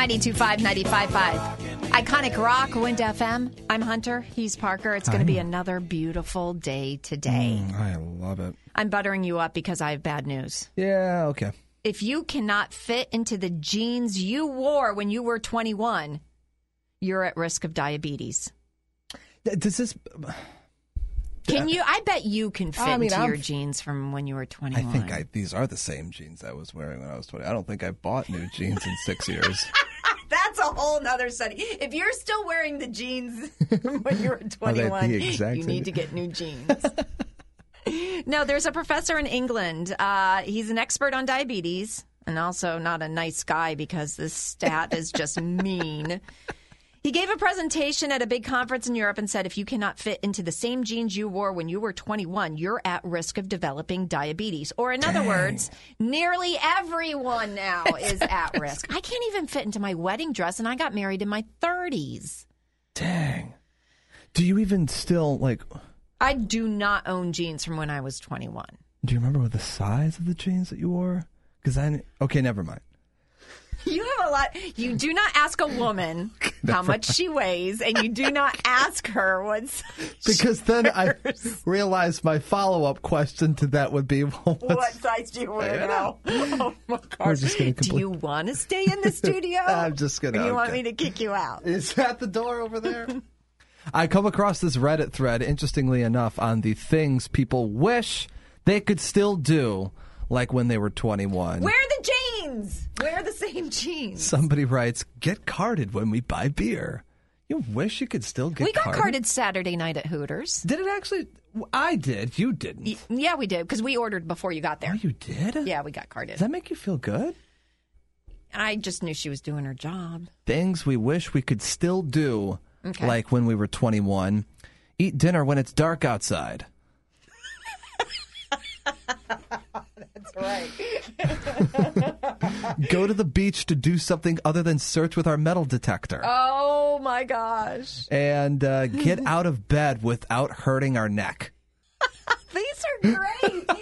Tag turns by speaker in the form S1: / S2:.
S1: 925 955. Iconic Rock, Wind FM. I'm Hunter. He's Parker. It's going to be another beautiful day today.
S2: I love it.
S1: I'm buttering you up because I have bad news.
S2: Yeah, okay.
S1: If you cannot fit into the jeans you wore when you were 21, you're at risk of diabetes.
S2: Th- Does this?
S1: Can you? I bet you can fit
S2: Oh, I mean,
S1: into
S2: I'm-
S1: your jeans from when you were 21.
S2: I think I, these are the same jeans I was wearing when I was 20. I don't think I bought new jeans in six years.
S1: That's a whole nother study. If you're still wearing the jeans when you were
S2: Are they the
S1: 21,
S2: exact
S1: you
S2: same-
S1: need to get new jeans. no, there's a professor in England. Uh, he's an expert on diabetes and also not a nice guy because this stat is just mean. He gave a presentation at a big conference in Europe and said if you cannot fit into the same jeans you wore when you were 21, you're at risk of developing diabetes. Or, in other words, nearly everyone now is at risk. I can't even fit into my wedding dress, and I got married in my 30s.
S2: Dang. Do you even still like?
S1: I do not own jeans from when I was 21.
S2: Do you remember what the size of the jeans that you wore? Because I okay, never mind.
S1: You have a lot. You do not ask a woman how much she weighs, and you do not ask her what's.
S2: Because then I realized my follow up question to that would be, well,
S1: what
S2: what's,
S1: size do you wear
S2: Yeah.
S1: now? Oh my
S2: We're
S1: gosh.
S2: just gonna
S1: Do
S2: complete-
S1: you want to stay in the studio?
S2: I'm just gonna-
S1: Or you want
S2: okay.
S1: me to kick you out?
S2: Is that the door over there? I come across this Reddit thread, interestingly enough, on the things people wish they could still do, like when they were 21.
S1: Wear the jeans. Wear the same jeans.
S2: Somebody writes, "Get carded when we buy beer." You wish you could still get.
S1: We got carded Saturday night at Hooters.
S2: Did it actually? I did. You didn't.
S1: Y- Yeah, we did because we ordered before you got
S2: Oh,
S1: there.
S2: you did.
S1: Yeah, we got carded.
S2: Does that make you feel good?
S1: I just knew she was doing her job.
S2: things we wish we could still do,
S1: Okay.
S2: like when we were 21. Eat dinner when it's dark outside. That's right. Go to the beach to do something other than search with our metal detector.
S1: Oh my gosh,
S2: and uh, get out of bed without hurting our neck.
S1: these are great.